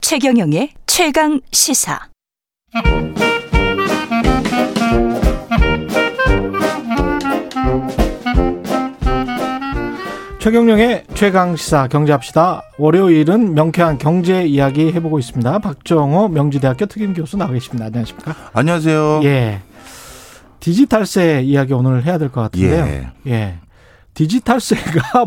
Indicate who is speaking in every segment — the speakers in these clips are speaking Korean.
Speaker 1: 최경영의 최강 시사.
Speaker 2: 최경령의 최강 시사 경제합시다. 월요일은 명쾌한 경제 이야기 해보고 있습니다. 박정호 명지대학교 특임 교수 나와 계십니다. 안녕하십니까?
Speaker 3: 안녕하세요.
Speaker 2: 예. 디지털세 이야기 오늘 해야 될 것 같은데요. 예.
Speaker 3: 예.
Speaker 2: 디지털세가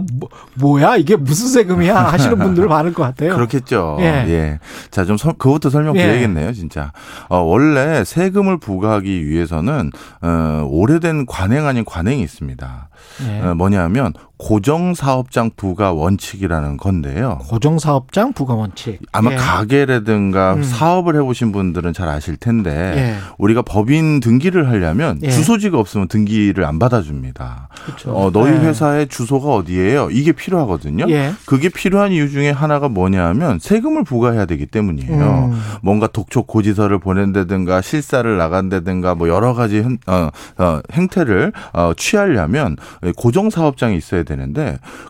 Speaker 2: 뭐, 야 이게 무슨 세금이야 하시는 분들 많을 것 같아요.
Speaker 3: 그렇겠죠.
Speaker 2: 예.
Speaker 3: 예. 자, 좀 설- 그것도 설명드려야겠네요, 진짜. 어, 원래 세금을 부과하기 위해서는 어, 오래된 관행 아닌 관행이 있습니다.
Speaker 2: 예.
Speaker 3: 어, 뭐냐면 고정 사업장 부과 원칙이라는 건데요.
Speaker 2: 고정사업장 부가원칙.
Speaker 3: 아마
Speaker 2: 예.
Speaker 3: 가게라든가
Speaker 2: 음.
Speaker 3: 사업을 해보신 분들은 잘 아실 텐데
Speaker 2: 예.
Speaker 3: 우리가 법인 등기를 하려면
Speaker 2: 예.
Speaker 3: 주소지가 없으면 등기를 안 받아줍니다.
Speaker 2: 그렇죠.
Speaker 3: 어, 너희
Speaker 2: 예.
Speaker 3: 회사의 주소가 어디예요? 이게 필요하거든요.
Speaker 2: 예.
Speaker 3: 그게 필요한 이유 중에 하나가 뭐냐면 세금을 부과해야 되기 때문이에요.
Speaker 2: 음.
Speaker 3: 뭔가 독촉 고지서를 보낸다든가 실사를 나간다든가 뭐 여러 가지 행, 어, 어, 행태를 어, 취하려면 고정 사업장이 있어야 되는데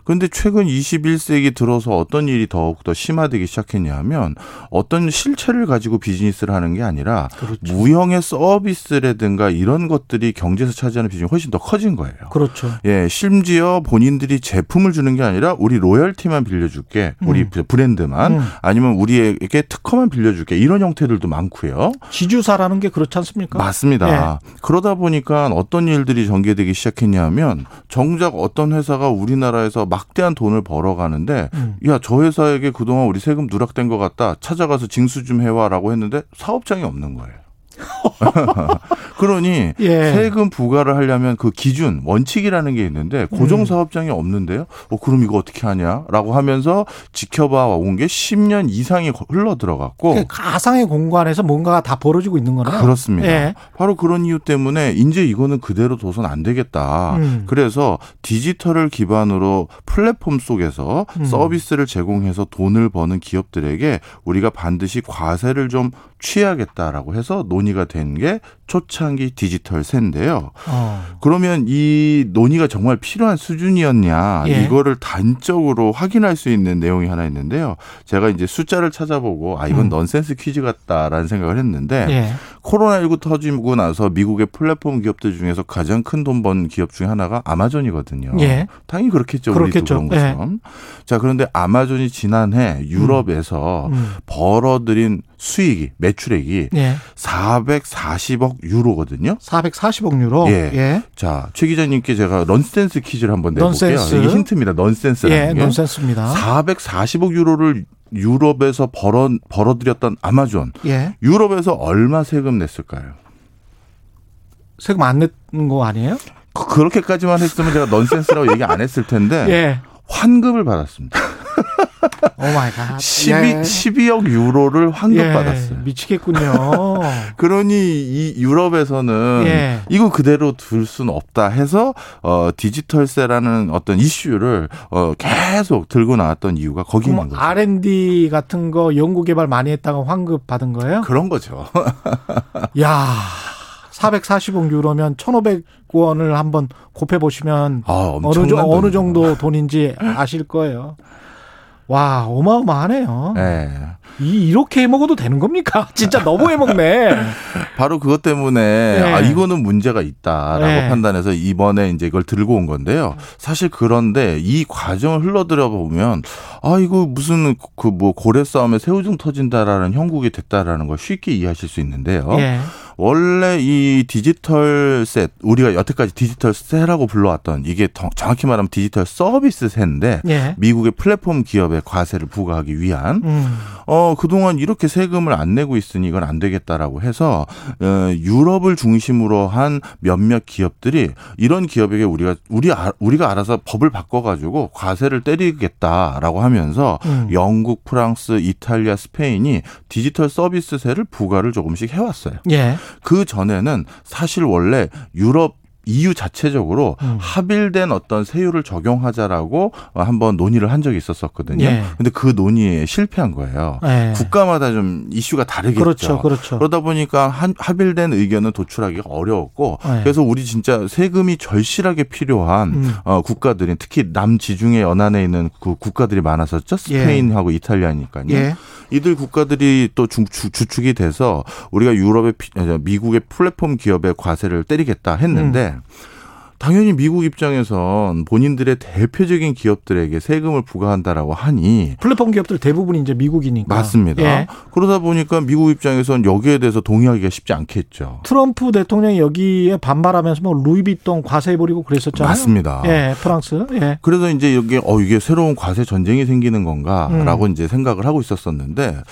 Speaker 3: 근데 최근 21세기 들어서 어떤 일이 더욱 더 심화되기 시작했냐면 어떤 실체를 가지고 비즈니스를 하는 게 아니라
Speaker 2: 그렇죠.
Speaker 3: 무형의 서비스라든가 이런 것들이 경제에서 차지하는 비중이 훨씬 더 커진 거예요.
Speaker 2: 그렇죠.
Speaker 3: 예, 심지어 본인들이 제품을 주는 게 아니라 우리 로열티만 빌려줄게. 우리 브랜드만
Speaker 2: 음.
Speaker 3: 아니면 우리에게 특허만 빌려줄게. 이런 형태들도 많고요.
Speaker 2: 지주사라는 게 그렇지 않습니까? 예.
Speaker 3: 맞습니다. 그러다 보니까 어떤 일들이 전개되기 시작했냐면 정작 어떤 회사가 우리나라에서 막대한 돈을 벌어가는데
Speaker 2: 음.
Speaker 3: 야, 저 회사에게 그동안 우리 세금 누락된 것 같다. 찾아가서 징수 좀 해와라고 했는데 사업장이 없는 거예요. 그러니
Speaker 2: 예.
Speaker 3: 세금 부과를 하려면 그 기준 원칙이라는 게 있는데
Speaker 2: 음.
Speaker 3: 고정 사업장이 없는데요. 어 그럼 이거 어떻게 하냐라고 하면서 지켜봐 온 게 10년 이상이 흘러 들어갔고
Speaker 2: 그 가상의 공간에서 뭔가가 다 벌어지고 있는 거네요.
Speaker 3: 그렇습니다.
Speaker 2: 예.
Speaker 3: 바로 그런 이유 때문에 이제 이거는 그대로 둬선 안 되겠다.
Speaker 2: 음.
Speaker 3: 아, 그래서 디지털을 기반으로 플랫폼 속에서
Speaker 2: 음.
Speaker 3: 서비스를 제공해서 돈을 버는 기업들에게 우리가 반드시 과세를 좀 취하겠다라고 해서 논의가 된 게 초창기 디지털 세인데요.
Speaker 2: 어.
Speaker 3: 그러면 이 논의가 정말 필요한 수준이었냐
Speaker 2: 예.
Speaker 3: 이거를 단적으로 확인할 수 있는 내용이 하나 있는데요. 제가 이제 숫자를 찾아보고 아 이건
Speaker 2: 음.
Speaker 3: 넌센스 퀴즈 같다라는 생각을 했는데
Speaker 2: 예.
Speaker 3: 코로나19 터지고 나서 미국의 플랫폼 기업들 중에서 가장 큰 돈 번 기업 중에 하나가 아마존이거든요.
Speaker 2: 예.
Speaker 3: 당연히 그렇겠죠.
Speaker 2: 그렇겠죠. 예.
Speaker 3: 우리도 그런 것처럼. 자, 그런데 아마존이 지난해 유럽에서
Speaker 2: 음.
Speaker 3: 벌어들인 수익이 매출액이
Speaker 2: 예.
Speaker 3: 440억 유로거든요.
Speaker 2: 440억 유로.
Speaker 3: 예.
Speaker 2: 예.
Speaker 3: 자, 최 기자님께 제가 런센스 퀴즈를 한번 내볼게요.
Speaker 2: 넌센스.
Speaker 3: 이게 힌트입니다. 런센스라는
Speaker 2: 예,
Speaker 3: 게.
Speaker 2: 논센스입니다.
Speaker 3: 440억 유로를 유럽에서 벌어 벌어들였던 아마존.
Speaker 2: 예.
Speaker 3: 유럽에서 얼마 세금 냈을까요?
Speaker 2: 세금 안 냈는 거 아니에요?
Speaker 3: 그- 그렇게까지만 했으면 제가 넌센스라고 얘기 안 했을 텐데
Speaker 2: 예.
Speaker 3: 환급을 받았습니다.
Speaker 2: 오 마이 갓.
Speaker 3: 12,
Speaker 2: 예.
Speaker 3: 12억 유로를 환급
Speaker 2: 예.
Speaker 3: 받았어요.
Speaker 2: 미치겠군요.
Speaker 3: 그러니 이 유럽에서는
Speaker 2: 예.
Speaker 3: 이거 그대로 둘 수는 없다 해서 어 디지털세라는 어떤 이슈를 어 계속 들고 나왔던 이유가 거기
Speaker 2: 그럼
Speaker 3: 있는 거죠.
Speaker 2: R&D 같은 거 연구 개발 많이 했다가 환급 받은 거예요?
Speaker 3: 그런 거죠. 그러니까.
Speaker 2: 야. 440억 유로면 1,500원을 한번 곱해 보시면
Speaker 3: 아,
Speaker 2: 어느, 정-
Speaker 3: 엄청난
Speaker 2: 어느
Speaker 3: 돈이구나.
Speaker 2: 정도 돈인지 아실 거예요. 와, 어마어마하네요.
Speaker 3: 예.
Speaker 2: 이, 이렇게 해 먹어도 되는 겁니까? 진짜 너무 해 먹네.
Speaker 3: 바로 그것 때문에
Speaker 2: 네.
Speaker 3: 아 이거는 문제가 있다라고
Speaker 2: 네.
Speaker 3: 판단해서 이번에 이제 이걸 들고 온 건데요. 사실 그런데 이 과정을 흘러들여 보면 아 이거 무슨 그 뭐 고래 싸움에 새우등 터진다라는 형국이 됐다라는 걸 쉽게 이해하실 수 있는데요.
Speaker 2: 예.
Speaker 3: 원래 이 디지털 셋 우리가 여태까지 디지털 셋이라고 불러왔던 이게 더- 정확히 말하면 디지털 서비스 셋인데
Speaker 2: 예.
Speaker 3: 미국의 플랫폼 기업의 과세를 부과하기 위한
Speaker 2: 음.
Speaker 3: 어, 그동안 이렇게 세금을 안 내고 있으니 이건 안 되겠다라고 해서 어, 유럽을 중심으로 한 몇몇 기업들이 이런 기업에게 우리가 우리 아- 우리가 알아서 법을 바꿔 가지고 과세를 때리겠다라고 하면서
Speaker 2: 음.
Speaker 3: 영국, 프랑스, 이탈리아, 스페인이 디지털 서비스세를 부과를 조금씩 해 왔어요.
Speaker 2: 예.
Speaker 3: 그 전에는 사실 원래 유럽 EU 자체적으로
Speaker 2: 음.
Speaker 3: 합일된 어떤 세율을 적용하자라고 어, 한번 논의를 한 적이 있었었거든요.
Speaker 2: 예.
Speaker 3: 근데 그 논의에 실패한 거예요.
Speaker 2: 예.
Speaker 3: 국가마다 좀 이슈가 다르겠죠.
Speaker 2: 그렇죠. 그렇죠.
Speaker 3: 러다 보니까 한, 합일된 의견은 도출하기가 어려웠고
Speaker 2: 네.
Speaker 3: 그래서 우리 진짜 세금이 절실하게 필요한
Speaker 2: 음.
Speaker 3: 어, 국가들이 특히 남지중해 연안에 있는 그 국가들이 많았었죠. 스페인하고 이탈리아니까요.
Speaker 2: 예.
Speaker 3: 이들 국가들이 또 주, 주, 주축이 돼서 우리가 유럽의 피- 아니, 미국의 플랫폼 기업의 과세를 때리겠다
Speaker 2: 음.
Speaker 3: 했는데 당연히 미국 입장에선 본인들의 대표적인 기업들에게 세금을 부과한다라고 하니
Speaker 2: 플랫폼 기업들 대부분 이제 미국이니까.
Speaker 3: 맞습니다.
Speaker 2: 예.
Speaker 3: 그러다 보니까 미국 입장에선 여기에 대해서 동의하기가 쉽지 않겠죠.
Speaker 2: 트럼프 대통령이 여기에 반발하면서 뭐 루이비통 과세 버리고 그랬었잖아요.
Speaker 3: 맞습니다.
Speaker 2: 예, 프랑스. 예.
Speaker 3: 그래서 이제 여기 어 이게 새로운 과세 전쟁이 생기는
Speaker 2: 음.
Speaker 3: 건가라고 이제 생각을 하고 있었었는데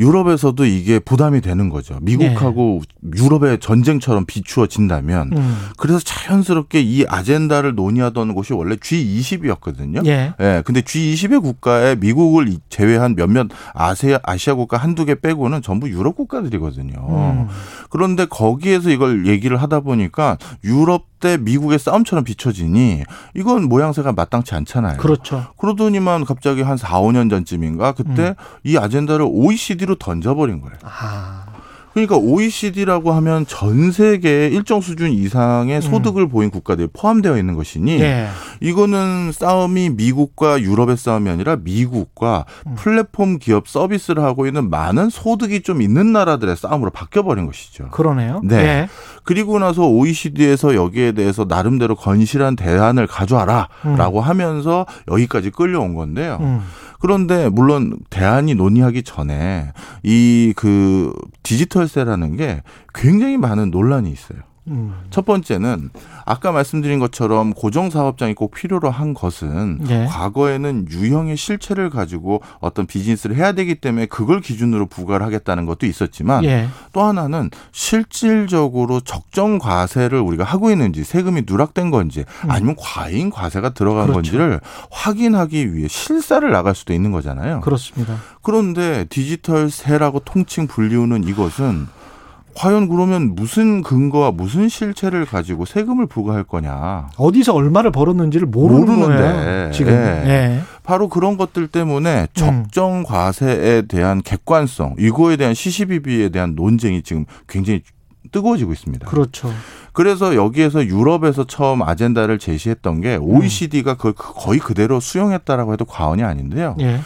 Speaker 3: 유럽에서도 이게 부담이 되는 거죠. 미국하고 유럽의 전쟁처럼 비추어진다면
Speaker 2: 예. 음.
Speaker 3: 그래서 자연스럽게 이 아젠다를 논의하던 곳이 원래 G20이었거든요.
Speaker 2: 예.
Speaker 3: 예, 근데 G20의 국가에 미국을 이- 제외한 몇몇 아세, 아시아 국가 한두 개 빼고는 전부 유럽 국가들이거든요.
Speaker 2: 음.
Speaker 3: 그런데 거기에서 이걸 얘기를 하다 보니까 유럽 대 미국의 싸움처럼 비춰지니 이건 모양새가 마땅치 않잖아요.
Speaker 2: 그렇죠.
Speaker 3: 그러더니만 갑자기 한 4, 5년 전쯤인가
Speaker 2: 음.
Speaker 3: 그때 이 아젠다를 OECD로 던져버린 거예요.
Speaker 2: 아.
Speaker 3: 그러니까 OECD라고 하면 전 세계 일정 수준
Speaker 2: 음.
Speaker 3: 이상의 소득을 보인 국가들이 포함되어 있는 것이니
Speaker 2: 예.
Speaker 3: 이거는 싸움이 미국과 유럽의 싸움이 아니라 미국과
Speaker 2: 음.
Speaker 3: 플랫폼 기업 서비스를 하고 있는 많은 소득이 좀 있는 나라들의 싸움으로 바뀌어버린 것이죠.
Speaker 2: 그러네요.
Speaker 3: 네.
Speaker 2: 예.
Speaker 3: 그리고 나서 OECD에서 여기에 대해서 나름대로 건실한 대안을 가져와라라고 하면서 여기까지 끌려온 건데요.
Speaker 2: 음.
Speaker 3: 그런데 물론 대안이 논의하기 전에 이 그 디지털세라는 게 굉장히 많은 논란이 있어요.
Speaker 2: 음.
Speaker 3: 첫 번째는 아까 말씀드린 것처럼 고정 사업장이 꼭 필요로 한 것은
Speaker 2: 예.
Speaker 3: 과거에는 유형의 실체를 가지고 어떤 비즈니스를 해야 되기 때문에 그걸 기준으로 부과를 하겠다는 것도 있었지만
Speaker 2: 예.
Speaker 3: 또 하나는 실질적으로 적정 과세를 우리가 하고 있는지 세금이 누락된 건지 아니면 과잉 과세가 들어간
Speaker 2: 음. 그렇죠.
Speaker 3: 건지를 확인하기 위해 실사를 나갈 수도 있는 거잖아요.
Speaker 2: 그렇습니다.
Speaker 3: 그런데 디지털 세라고 통칭 불리우는 이것은 과연 그러면 무슨 근거와 무슨 실체를 가지고 세금을 부과할 거냐.
Speaker 2: 어디서 얼마를 벌었는지를 모르는
Speaker 3: 모르는데.
Speaker 2: 거예요. 지금.
Speaker 3: 예.
Speaker 2: 예.
Speaker 3: 바로 그런 것들
Speaker 2: 음.
Speaker 3: 때문에 적정 과세에 대한 객관성, 이거에 대한 시시비비에 대한 논쟁이 지금 굉장히 뜨거워지고 있습니다.
Speaker 2: 그렇죠.
Speaker 3: 그래서 여기에서 유럽에서 처음 아젠다를 제시했던
Speaker 2: 음.
Speaker 3: 게 OECD가 그걸 거의 그대로 수용했다라고 해도 과언이 아닌데요.
Speaker 2: 예.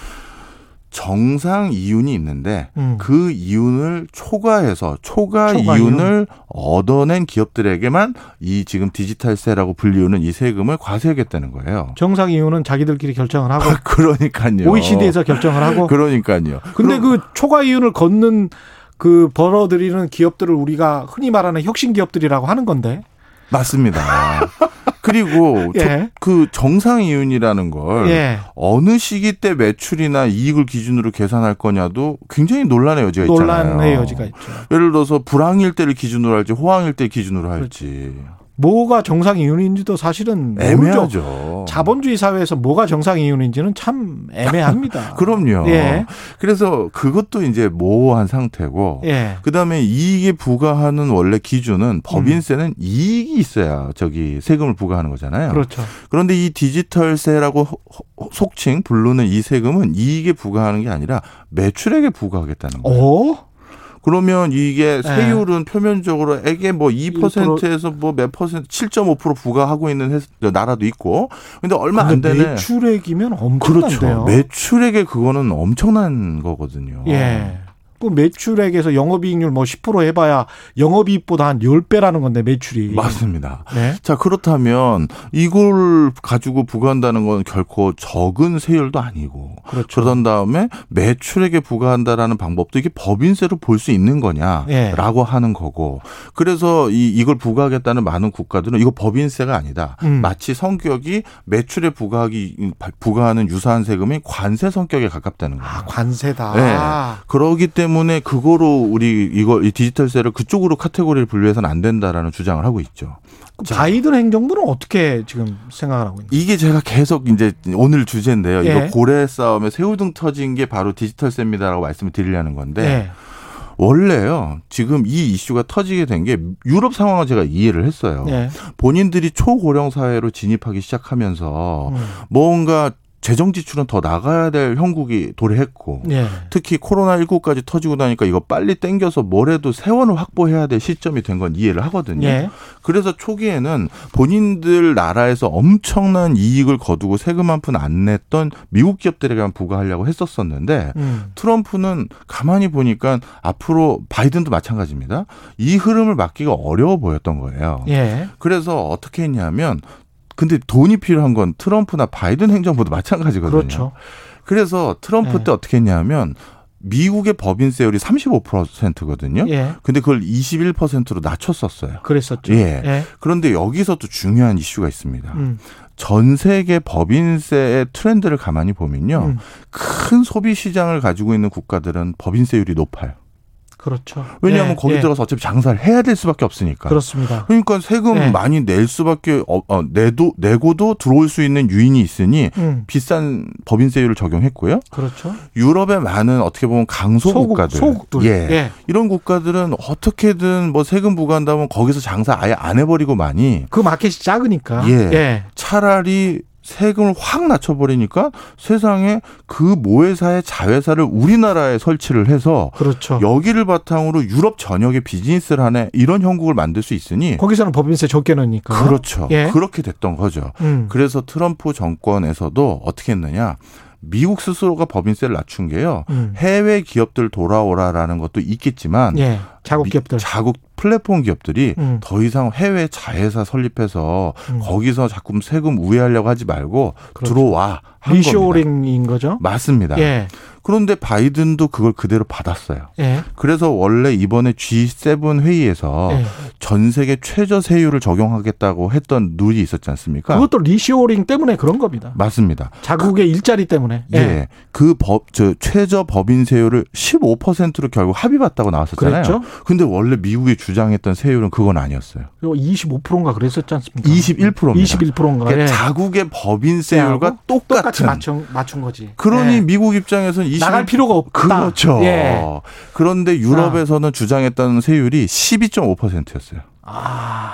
Speaker 3: 정상 이윤이 있는데
Speaker 2: 음.
Speaker 3: 그 이윤을 초과해서 초과,
Speaker 2: 초과 이윤.
Speaker 3: 이윤을 얻어낸 기업들에게만 이 지금 디지털세라고 불리우는 이 세금을 과세하겠다는 거예요.
Speaker 2: 정상 이유는 자기들끼리 결정을 하고
Speaker 3: 그러니까요.
Speaker 2: OECD에서 결정을 하고
Speaker 3: 그러니까요.
Speaker 2: 근데 그 초과 이윤을 걷는 그 벌어들이는 기업들을 우리가 흔히 말하는 혁신 기업들이라고 하는 건데.
Speaker 3: 맞습니다. 그리고 저-
Speaker 2: 예.
Speaker 3: 그 정상 이윤이라는 걸
Speaker 2: 예.
Speaker 3: 어느 시기 때 매출이나 이익을 기준으로 계산할 거냐도 굉장히 논란의 여지가 있잖아요.
Speaker 2: 예. 논란의 여지가 있죠.
Speaker 3: 예를 들어서 불황일 때를 기준으로 할지 호황일 때 기준으로 할지
Speaker 2: 뭐가 정상 이윤인지도 사실은 모르죠.
Speaker 3: 애매하죠.
Speaker 2: 자본주의 사회에서 뭐가 정상 이윤인지는 참 애매합니다.
Speaker 3: 그럼요.
Speaker 2: 예.
Speaker 3: 그래서 그것도 이제 모호한 상태고
Speaker 2: 예.
Speaker 3: 그다음에 이익에 부과하는 원래 기준은
Speaker 2: 음.
Speaker 3: 법인세는 이익이 있어야 저기 세금을 부과하는 거잖아요.
Speaker 2: 그렇죠.
Speaker 3: 런데이 디지털세라고 호- 호- 속칭 부르는 이 세금은 이익에 부과하는 게 아니라 매출액에 부과하겠다는 거예요.
Speaker 2: 오?
Speaker 3: 그러면
Speaker 2: 네.
Speaker 3: 이게 세율은 표면적으로 에게 뭐 2%에서 뭐 몇 퍼센트 7.5% 부과하고 있는 해- 나라도 있고 근데 얼마 안
Speaker 2: 근데
Speaker 3: 되네.
Speaker 2: 매출액이면
Speaker 3: 그렇죠.
Speaker 2: 엄청난데요.
Speaker 3: 매출액에 그거는 엄청난 거거든요.
Speaker 2: 예.
Speaker 3: 아.
Speaker 2: 그 매출액에서 영업이익률 뭐 10% 해봐야 영업이익보다 한 10배라는 건데 매출이.
Speaker 3: 맞습니다.
Speaker 2: 네.
Speaker 3: 자, 그렇다면 이걸 가지고 부과한다는 건 결코 적은 세율도 아니고
Speaker 2: 그렇죠.
Speaker 3: 그러던 다음에 매출액에 부과한다라는 방법도 이게 법인세로 볼 수 있는
Speaker 2: 예.
Speaker 3: 거냐라고 하는 거고 그래서 이, 이걸 부과하겠다는 많은 국가들은 이거 법인세가 아니다
Speaker 2: 음.
Speaker 3: 마치 성격이 매출에 부과하기 부과하는 유사한 세금이 관세 성격에 가깝다는 거예요.
Speaker 2: 아, 관세다.
Speaker 3: 네. 그러기 때문에 그거로 우리 이거 이 디지털세를 그쪽으로 카테고리를 분류해서는 안 된다라는 주장을 하고 있죠.
Speaker 2: 그럼 바이든 행정부는 어떻게 지금 생각을 하고 있나요?
Speaker 3: 이게 제가 계속 이제 오늘 주제인데요.
Speaker 2: 예.
Speaker 3: 이거 고래 싸움에 새우등 터진 게 바로 디지털세입니다라고 말씀을 드리려는 건데
Speaker 2: 예.
Speaker 3: 원래요. 지금 이 이슈가 터지게 된 게 유럽 상황을 제가 이해를
Speaker 2: 네.
Speaker 3: 했어요.
Speaker 2: 예. 예.
Speaker 3: 본인들이 초고령 사회로 진입하기 시작하면서
Speaker 2: 음.
Speaker 3: 뭔가 재정 지출은 더 나가야 될 형국이 도래했고
Speaker 2: 예.
Speaker 3: 특히 코로나19까지 터지고 나니까 이거 빨리 땡겨서 뭐래도 세원을 확보해야 될 시점이 된 건 이해를 하거든요.
Speaker 2: 예.
Speaker 3: 그래서 초기에는 본인들 나라에서 엄청난 이익을 거두고 세금 한 푼 안 냈던 미국 기업들에게만 부과하려고 했었었는데
Speaker 2: 음.
Speaker 3: 트럼프는 가만히 보니까 앞으로 바이든도 마찬가지입니다. 이 흐름을 막기가 어려워 보였던 거예요.
Speaker 2: 예.
Speaker 3: 그래서 어떻게 했냐면 근데 돈이 필요한 건 트럼프나 바이든 행정부도 마찬가지거든요.
Speaker 2: 그렇죠.
Speaker 3: 래서 트럼프
Speaker 2: 네.
Speaker 3: 때 어떻게 했냐면 미국의 법인세율이 35%거든요.
Speaker 2: 예.
Speaker 3: 근데 그걸 21%로 낮췄었어요.
Speaker 2: 그랬었죠.
Speaker 3: 예.
Speaker 2: 예.
Speaker 3: 그런데 여기서 또 중요한 이슈가 있습니다.
Speaker 2: 음.
Speaker 3: 전 세계 법인세의 트렌드를 가만히 보면요.
Speaker 2: 음.
Speaker 3: 큰 소비 시장을 가지고 있는 국가들은 법인세율이 높아요.
Speaker 2: 그렇죠.
Speaker 3: 왜냐하면
Speaker 2: 예,
Speaker 3: 거기
Speaker 2: 예.
Speaker 3: 들어서 어차피 장사를 해야 될 수밖에 없으니까.
Speaker 2: 그렇습니다.
Speaker 3: 그러니까 세금
Speaker 2: 예.
Speaker 3: 많이 낼 수밖에 어, 어, 내도 내고도 들어올 수 있는 유인이 있으니
Speaker 2: 음.
Speaker 3: 비싼 법인세율을 적용했고요.
Speaker 2: 그렇죠.
Speaker 3: 유럽의 많은 어떻게 보면 강소 국가들,
Speaker 2: 소국들.
Speaker 3: 예.
Speaker 2: 예.
Speaker 3: 이런 국가들은 어떻게든 뭐 세금 부과한다면 거기서 장사 아예 안 해버리고 많이
Speaker 2: 그 마켓이 작으니까.
Speaker 3: 예. 차라리 세금을 확 낮춰버리니까 세상에 그 모회사의 자회사를 우리나라에 설치를 해서
Speaker 2: 그렇죠.
Speaker 3: 여기를 바탕으로 유럽 전역에 비즈니스를 하네 이런 형국을 만들 수 있으니
Speaker 2: 거기서는 법인세 적게 넣으니까.
Speaker 3: 그렇죠.
Speaker 2: 예.
Speaker 3: 그렇게 됐던 거죠.
Speaker 2: 음.
Speaker 3: 그래서 트럼프 정권에서도 어떻게 했느냐. 미국 스스로가 법인세를 낮춘 게요.
Speaker 2: 음.
Speaker 3: 해외 기업들 돌아오라라는 것도 있겠지만
Speaker 2: 예. 자국 기업들.
Speaker 3: 미- 자국 플랫폼 기업들이
Speaker 2: 음.
Speaker 3: 더 이상 해외 자회사 설립해서
Speaker 2: 음.
Speaker 3: 거기서 자꾸 세금 우회하려고 하지 말고
Speaker 2: 그렇죠.
Speaker 3: 들어와 한 겁니다.
Speaker 2: 리쇼링인 거죠.
Speaker 3: 맞습니다.
Speaker 2: 예.
Speaker 3: 그런데 바이든도 그걸 그대로 받았어요.
Speaker 2: 예.
Speaker 3: 그래서 원래 이번에 G7 회의에서
Speaker 2: 예.
Speaker 3: 전 세계 최저 세율을 적용하겠다고 했던 룰이 있었지 않습니까?
Speaker 2: 그것도 리쇼링 때문에 그런 겁니다.
Speaker 3: 맞습니다.
Speaker 2: 자국의 일자리 때문에.
Speaker 3: 예. 그 법, 저, 최저 법인 세율을 15%로 결국 합의 봤다고 나왔었잖아요.
Speaker 2: 그랬죠. 예.
Speaker 3: 근데 원래 미국이 주장했던 세율은 그건 아니었어요.
Speaker 2: 그리고 25%인가 그랬었지 않습니까?
Speaker 3: 21%입니다.
Speaker 2: 21%인가.
Speaker 3: 그러니까
Speaker 2: 예.
Speaker 3: 자국의 법인세율과
Speaker 2: 똑같이
Speaker 3: 똑같은.
Speaker 2: 맞춘, 맞춘 거지.
Speaker 3: 그러니
Speaker 2: 예.
Speaker 3: 미국 입장에서는 20
Speaker 2: 나갈 필요가 없다.
Speaker 3: 그렇죠.
Speaker 2: 예.
Speaker 3: 그런데 유럽에서는 주장했던 세율이 12.5%였어요.
Speaker 2: 아.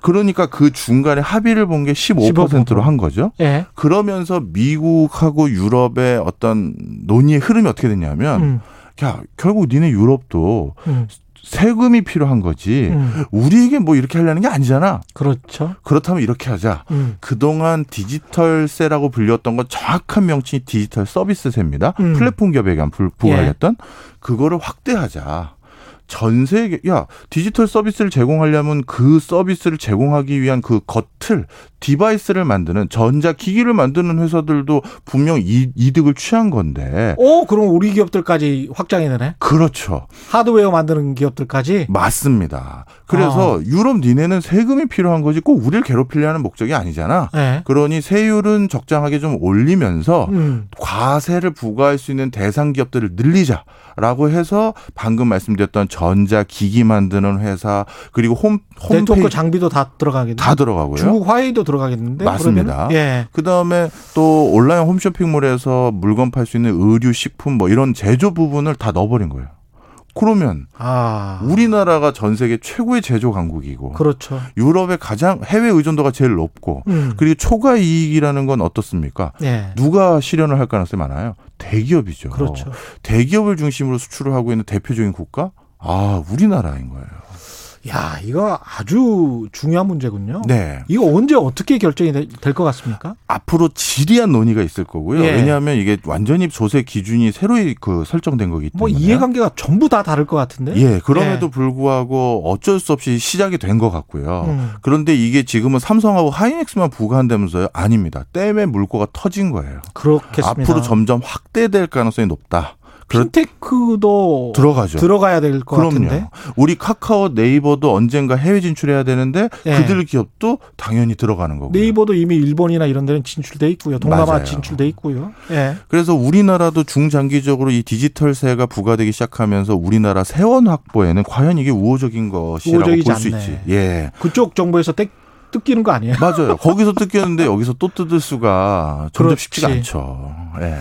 Speaker 3: 그러니까 그 중간에 합의를 본 게 15%로 한 거죠.
Speaker 2: 예.
Speaker 3: 그러면서 미국하고 유럽의 어떤 논의의 흐름이 어떻게 됐냐면,
Speaker 2: 음.
Speaker 3: 야, 결국 니네 유럽도
Speaker 2: 음.
Speaker 3: 세금이 필요한 거지.
Speaker 2: 음.
Speaker 3: 우리에게 뭐 이렇게 하려는 게 아니잖아.
Speaker 2: 그렇죠.
Speaker 3: 그렇다면 이렇게 하자.
Speaker 2: 음.
Speaker 3: 그동안 디지털세라고 불렸던 건 정확한 명칭이 디지털 서비스세입니다.
Speaker 2: 음. 예.
Speaker 3: 플랫폼 기업에게 부- 부과했던 그거를 확대하자. 전 세계 야 디지털 서비스를 제공하려면 그 서비스를 제공하기 위한 그 겉을 디바이스를 만드는 전자 기기를 만드는 회사들도 분명 이, 이득을 취한 건데
Speaker 2: 오, 그럼 우리 기업들까지 확장이 되네.
Speaker 3: 그렇죠
Speaker 2: 하드웨어 만드는 기업들까지.
Speaker 3: 맞습니다 그래서
Speaker 2: 아.
Speaker 3: 유럽 니네는 세금이 필요한 거지 꼭 우리를 괴롭히려는 목적이 아니잖아
Speaker 2: 예.
Speaker 3: 그러니 세율은 적당하게 좀 올리면서
Speaker 2: 음.
Speaker 3: 과세를 부과할 수 있는 대상 기업들을 늘리자라고 해서 방금 말씀드렸던 전자 기기 만드는 회사 그리고 홈
Speaker 2: 네트워크
Speaker 3: 홈페이지
Speaker 2: 장비도 다 들어가겠네.
Speaker 3: 다 들어가고요.
Speaker 2: 중국 화웨이도 들어가겠는데.
Speaker 3: 맞습니다.
Speaker 2: 그러면은? 예.
Speaker 3: 그다음에 또 온라인 홈쇼핑몰에서 물건 팔 수 있는 의류 식품 뭐 이런 제조 부분을 다 넣어버린 거예요. 그러면
Speaker 2: 아.
Speaker 3: 우리나라가 전 세계 최고의 제조 강국이고
Speaker 2: 그렇죠.
Speaker 3: 유럽의 가장 해외 의존도가 제일 높고
Speaker 2: 음.
Speaker 3: 그리고 초과 이익이라는 건 어떻습니까?
Speaker 2: 예.
Speaker 3: 누가 실현을 할 가능성이 많아요? 대기업이죠.
Speaker 2: 그렇죠.
Speaker 3: 대기업을 중심으로 수출을 하고 있는 대표적인 국가? 아, 우리나라인 거예요.
Speaker 2: 야, 이거 아주 중요한 문제군요.
Speaker 3: 네.
Speaker 2: 이거 언제 어떻게 결정이 될 것 같습니까?
Speaker 3: 앞으로 지리한 논의가 있을 거고요.
Speaker 2: 예.
Speaker 3: 왜냐하면 이게 완전히 조세 기준이 새로 이- 그 설정된 거기 때문에.
Speaker 2: 뭐 이해관계가 전부 다 다를 것 같은데.
Speaker 3: 예, 그럼에도 불구하고 어쩔 수 없이 시작이 된 것 같고요.
Speaker 2: 음.
Speaker 3: 그런데 이게 지금은 삼성하고 하이닉스만 부과한다면서요? 아닙니다. 땜에 물고가 터진 거예요.
Speaker 2: 그렇겠습니다.
Speaker 3: 앞으로 점점 확대될 가능성이 높다. 그렇
Speaker 2: 핀테크도
Speaker 3: 들어가죠.
Speaker 2: 들어가야 될 것 같은데.
Speaker 3: 우리 카카오 네이버도 언젠가 해외 진출해야 되는데
Speaker 2: 예.
Speaker 3: 그들 기업도 당연히 들어가는 거고요.
Speaker 2: 네이버도 이미 일본이나 이런 데는 진출돼 있고요. 동남아
Speaker 3: 맞아요.
Speaker 2: 진출돼 있고요. 예.
Speaker 3: 그래서 우리나라도 중장기적으로 이 디지털세가 부과되기 시작하면서 우리나라 세원 확보에는 과연 이게 우호적인 것이라고
Speaker 2: 우호적이지
Speaker 3: 볼 수
Speaker 2: 않네.
Speaker 3: 있지. 예.
Speaker 2: 그쪽 정부에서 떼, 뜯기는 거 아니에요?
Speaker 3: 맞아요. 거기서 뜯겼는데 여기서 또 뜯을 수가 점점
Speaker 2: 그렇지.
Speaker 3: 쉽지가 않죠. 예.
Speaker 2: 아,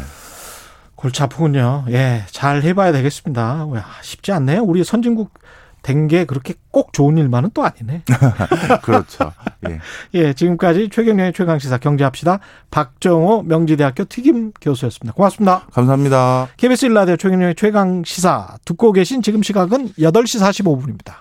Speaker 2: 골치 아프군요. 예. 잘 해봐야 되겠습니다. 야, 쉽지 않네요. 우리 선진국 된 게 그렇게 꼭 좋은 일만은 또 아니네.
Speaker 3: 그렇죠. 예.
Speaker 2: 예, 지금까지 최경영의 최강시사 경제합시다. 박정호 명지대학교 특임 교수였습니다. 고맙습니다.
Speaker 3: 감사합니다.
Speaker 2: KBS 일라디오 최경영의 최강시사 듣고 계신 지금 시각은 8시 45분입니다.